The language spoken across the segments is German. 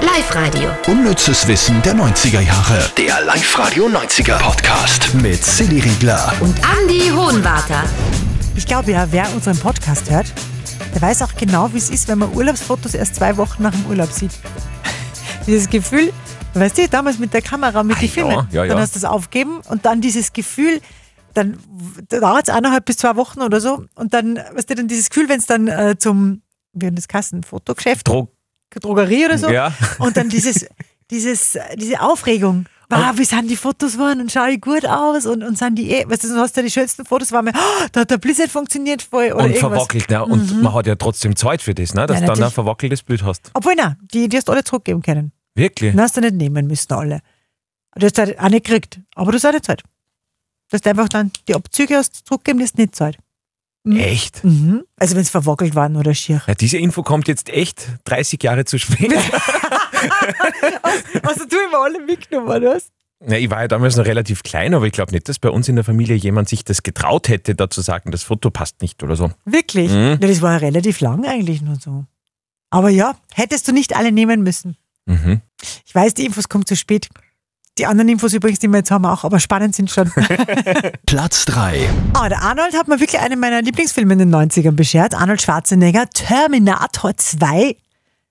Live-Radio. Unnützes Wissen der 90er Jahre. Der Live-Radio 90er Podcast. Mit Silly Riegler. Und Andy Hohenwarter. Ich glaube ja, wer unseren Podcast hört, der weiß auch genau, wie es ist, wenn man Urlaubsfotos erst zwei Wochen nach dem Urlaub sieht. Dieses Gefühl, weißt du, damals mit der Kamera, mit den Filmen, ja, ja. dann hast du es aufgeben und dann dieses Gefühl, dann dauert es eineinhalb bis zwei Wochen oder so und dann, weißt du, dann dieses Gefühl, wenn es dann äh, zum, wie nennt das Kassen, Fotogeschäft, Druck. Drogerie oder so, Ja. und dann dieses, dieses, äh, diese Aufregung. Wow, wie sind die Fotos geworden und schau ich gut aus und, und sind die eh, weißt du, du hast ja die schönsten Fotos, war mir, oh, da hat der Blizzard funktioniert voll oder Und irgendwas. Mhm. verwackelt, ne? Und man hat ja trotzdem Zeit für das, ne? Dass Ja, du dann ein natürlich. verwackeltes Bild hast. Obwohl, nein, die, die hast du alle zurückgeben können. Wirklich? Den hast du nicht nehmen müssen, alle. Du hast halt auch nicht gekriegt, aber du hast eine Zeit. Dass du einfach dann die Abzüge hast zurückgeben, das ist nicht Zeit. Echt? Mhm. Also wenn es verwackelt waren oder schier. Ja, diese Info kommt jetzt echt 30 Jahre zu spät. Also du immer alle mitgenommen, oder was? Na, ich war ja damals noch relativ klein, aber ich glaube nicht, dass bei uns in der Familie jemand sich das getraut hätte, da zu sagen, das Foto passt nicht oder so. Wirklich? Mhm. Na, das war ja relativ lang eigentlich nur so. Aber ja, hättest du nicht alle nehmen müssen. Mhm. Ich weiß, die Infos kommen zu spät. Die anderen Infos übrigens, die wir jetzt haben, auch, aber spannend sind schon. Platz 3. Ah, der Arnold hat mir wirklich einen meiner Lieblingsfilme in den 90ern beschert. Arnold Schwarzenegger, Terminator 2.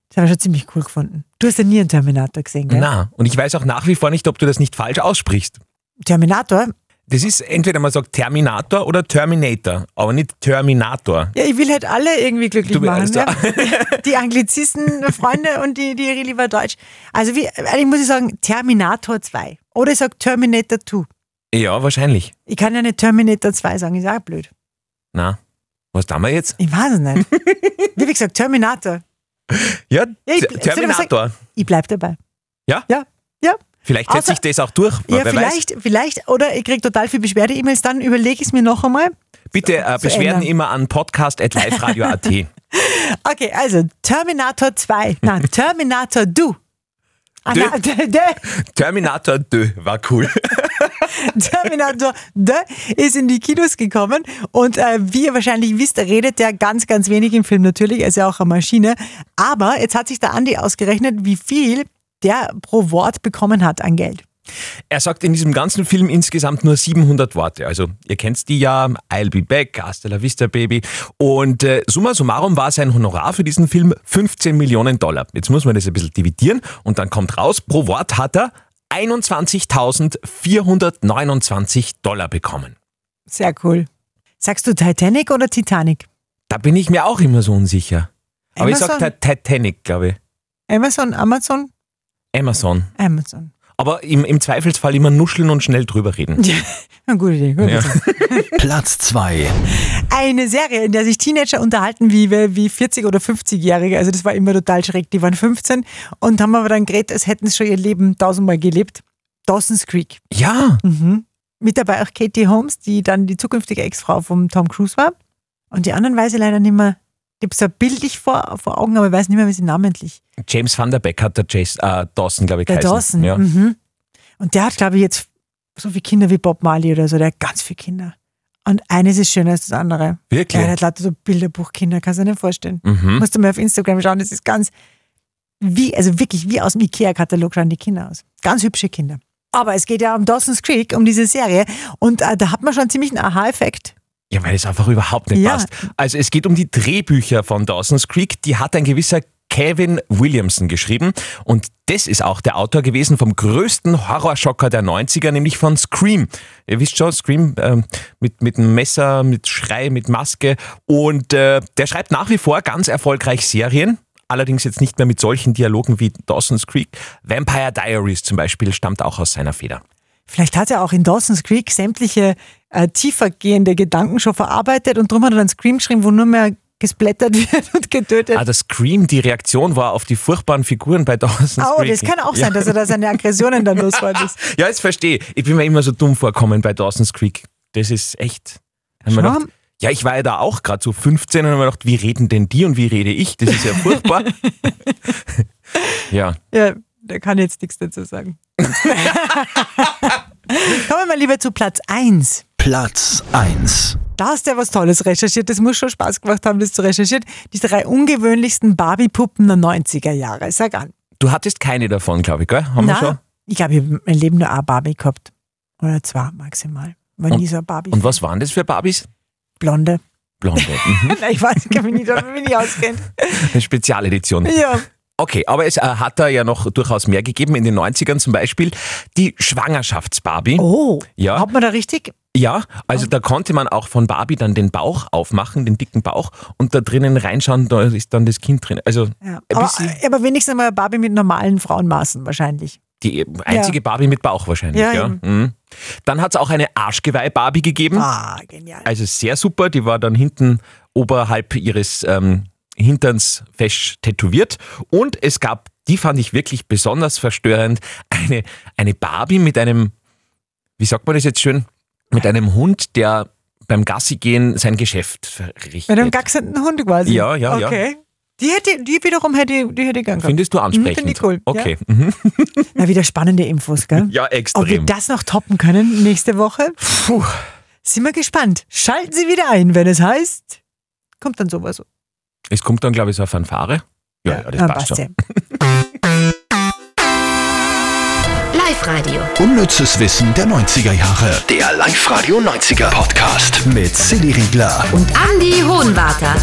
Das habe ich schon ziemlich cool gefunden. Du hast ja nie einen Terminator gesehen, gell? Na, und ich weiß auch nach wie vor nicht, ob du das nicht falsch aussprichst. Terminator? Das ist entweder man sagt Terminator oder Terminator, aber nicht Terminator. Ja, ich will halt alle irgendwie glücklich Du machen. willst Ne? Die Anglizisten, Freunde und die, die lieber Deutsch. Also wie, eigentlich muss ich sagen, Terminator 2. Oder ich sage Terminator 2. Ja, wahrscheinlich. Ich kann ja nicht Terminator 2 sagen, ist auch blöd. Na, was haben wir jetzt? Ich weiß es nicht. Wie gesagt, Terminator. Ja, Ja, ich- Ter- soll ich was Terminator. Ich bleib dabei. Ja? Ja, ja. Vielleicht setzt Außer- sich das auch durch. Ja, wer weiß. vielleicht, vielleicht, oder ich kriege total viel Beschwerde-E-Mails, dann überlege ich es mir noch einmal. Bitte äh, zu Beschwerden ändern. immer an podcast.liferadio.at. Okay, also Terminator 2, na, Terminator Du. Ah, Dö. na, de, de, Terminator 2 war cool. Terminator De ist in die Kinos gekommen und äh, wie ihr wahrscheinlich wisst, redet der ganz, ganz wenig im Film natürlich, er ist ja auch eine Maschine. Aber jetzt hat sich der Andi ausgerechnet, wie viel der pro Wort bekommen hat an Geld. Er sagt in diesem ganzen Film insgesamt nur 700 Worte. Also ihr kennt die ja, I'll be back, hasta la vista baby. Und äh, summa summarum war sein Honorar für diesen Film 15 Millionen Dollar. Jetzt muss man das ein bisschen dividieren und dann kommt raus, pro Wort hat er 21.429 Dollar bekommen. Sehr cool. Sagst du Titanic oder Titanic? Da bin ich mir auch immer so unsicher. Aber ich Amazon. sag Titanic, glaube ich. Amazon, Amazon, Amazon. Amazon. Aber im, im Zweifelsfall immer nuscheln und schnell drüber reden. Na, gute Idee, gute Ja. Idee. Platz 2. eine Serie, in der sich Teenager unterhalten wie, wie 40- oder 50-Jährige. Also das war immer total schräg. Die waren 15 und haben aber dann geredet, als hätten sie schon ihr Leben tausendmal gelebt. Dawson's Creek. Ja, Mit dabei auch Katie Holmes, die dann die zukünftige Ex-Frau von Tom Cruise war. Und die anderen weiß ich leider nicht mehr. Ich habe es bildlich vor, vor Augen, aber ich weiß nicht mehr, wie sie namentlich. James Van der Beck hat der Jason, äh, Dawson, glaube ich, Der geheißen. Dawson. Ja. Mhm. Und der hat, glaube ich, jetzt so viele Kinder wie Bob Marley oder so. Der hat ganz viele Kinder. Und eines ist schöner als das andere. Wirklich? Ja, der hat lauter so Bilderbuchkinder, kannst du dir nicht vorstellen. Mhm. Musst du mal auf Instagram schauen, das ist ganz, wie, also wirklich wie aus dem Ikea-Katalog schauen die Kinder aus. Ganz hübsche Kinder. Aber es geht ja um Dawson's Creek, um diese Serie. Und äh, da hat man schon ziemlich einen Aha-Effekt. Ja, weil es einfach überhaupt nicht Ja. passt. Also es geht um die Drehbücher von Dawson's Creek, die hat ein gewisser Kevin Williamson geschrieben und das ist auch der Autor gewesen vom größten Horrorschocker der 90er, nämlich von Scream. Ihr wisst schon, Scream ähm, mit, mit einem Messer, mit Schrei, mit Maske und äh, der schreibt nach wie vor ganz erfolgreich Serien. Allerdings jetzt nicht mehr mit solchen Dialogen wie Dawson's Creek. Vampire Diaries zum Beispiel stammt auch aus seiner Feder. Vielleicht hat er auch in Dawson's Creek sämtliche äh, tiefergehende Gedanken schon verarbeitet und drum hat er dann Scream geschrieben, wo nur mehr gesplättert wird und getötet. Ah, das Scream, die Reaktion war auf die furchtbaren Figuren bei Dawson's Oh, Creek. das kann auch sein, Ja. dass er da seine Aggressionen dann losworden ist. Ja, ich verstehe. Ich bin mir immer so dumm vorkommen bei Dawson's Creek. Das ist echt. Hab mir Schau. gedacht, ja, ich war ja da auch gerade so 15 und habe mir gedacht, wie reden denn die und wie rede ich? Das ist ja furchtbar. ja. Ja, der kann jetzt nichts dazu sagen. Kommen wir mal lieber zu Platz 1. Platz 1. Da hast du ja was Tolles recherchiert. Das muss schon Spaß gemacht haben, das zu recherchieren. Die drei ungewöhnlichsten Barbie-Puppen der 90er Jahre. Sag an. Du hattest keine davon, glaube ich, gell? Haben wir schon? Na, ich glaube, ich habe mein Leben nur eine Barbie gehabt. Oder zwei maximal. War nie so eine Barbie. Und was waren das für Barbies? Blonde. Blonde. Mhm. Nein, ich weiß, ich kann mich nicht damit mich nicht auskennen. Eine Spezialedition. Ja. Okay, aber es äh, hat da ja noch durchaus mehr gegeben. In den 90ern zum Beispiel die Schwangerschafts-Barbie. Oh, Ja. hat man da richtig? Ja, also da konnte man auch von Barbie dann den Bauch aufmachen, den dicken Bauch, und da drinnen reinschauen, da ist dann das Kind drin. Also Ja. ein Aber, bisschen aber wenigstens mal eine Barbie mit normalen Frauenmaßen wahrscheinlich. die einzige Barbie mit Bauch wahrscheinlich. Ja, Ja, eben. Mhm. Dann hat es auch eine Arschgeweih-Barbie gegeben. Ah, genial. Also sehr super, die war dann hinten oberhalb ihres ähm, Hinterns fesch tätowiert. Und es gab, die fand ich wirklich besonders verstörend, eine, eine Barbie mit einem, wie sagt man das jetzt schön, mit einem Hund, der beim Gassi gehen sein Geschäft verrichtet. Mit einem gacksenden Hund quasi. Ja, ja, ja. Okay. Die hätte, die wiederum hätte, die hätte ich gern gehabt. Findest du ansprechend? Finde ich cool, ja. Okay. Mhm. Na, wieder spannende Infos, gell? Ja, Ob wir extrem. das noch toppen können nächste Woche? Puh. Sind wir gespannt. Schalten Sie wieder ein, wenn es heißt, kommt dann sowas. Es kommt dann, glaube ich, so eine Fanfare. Ja, ja, das Ah, passt schon. ja. Live-Radio. Unnützes Wissen der 90er Jahre. Der Live-Radio 90er Podcast. Mit Silly Riegler. Andi Hohenwarter.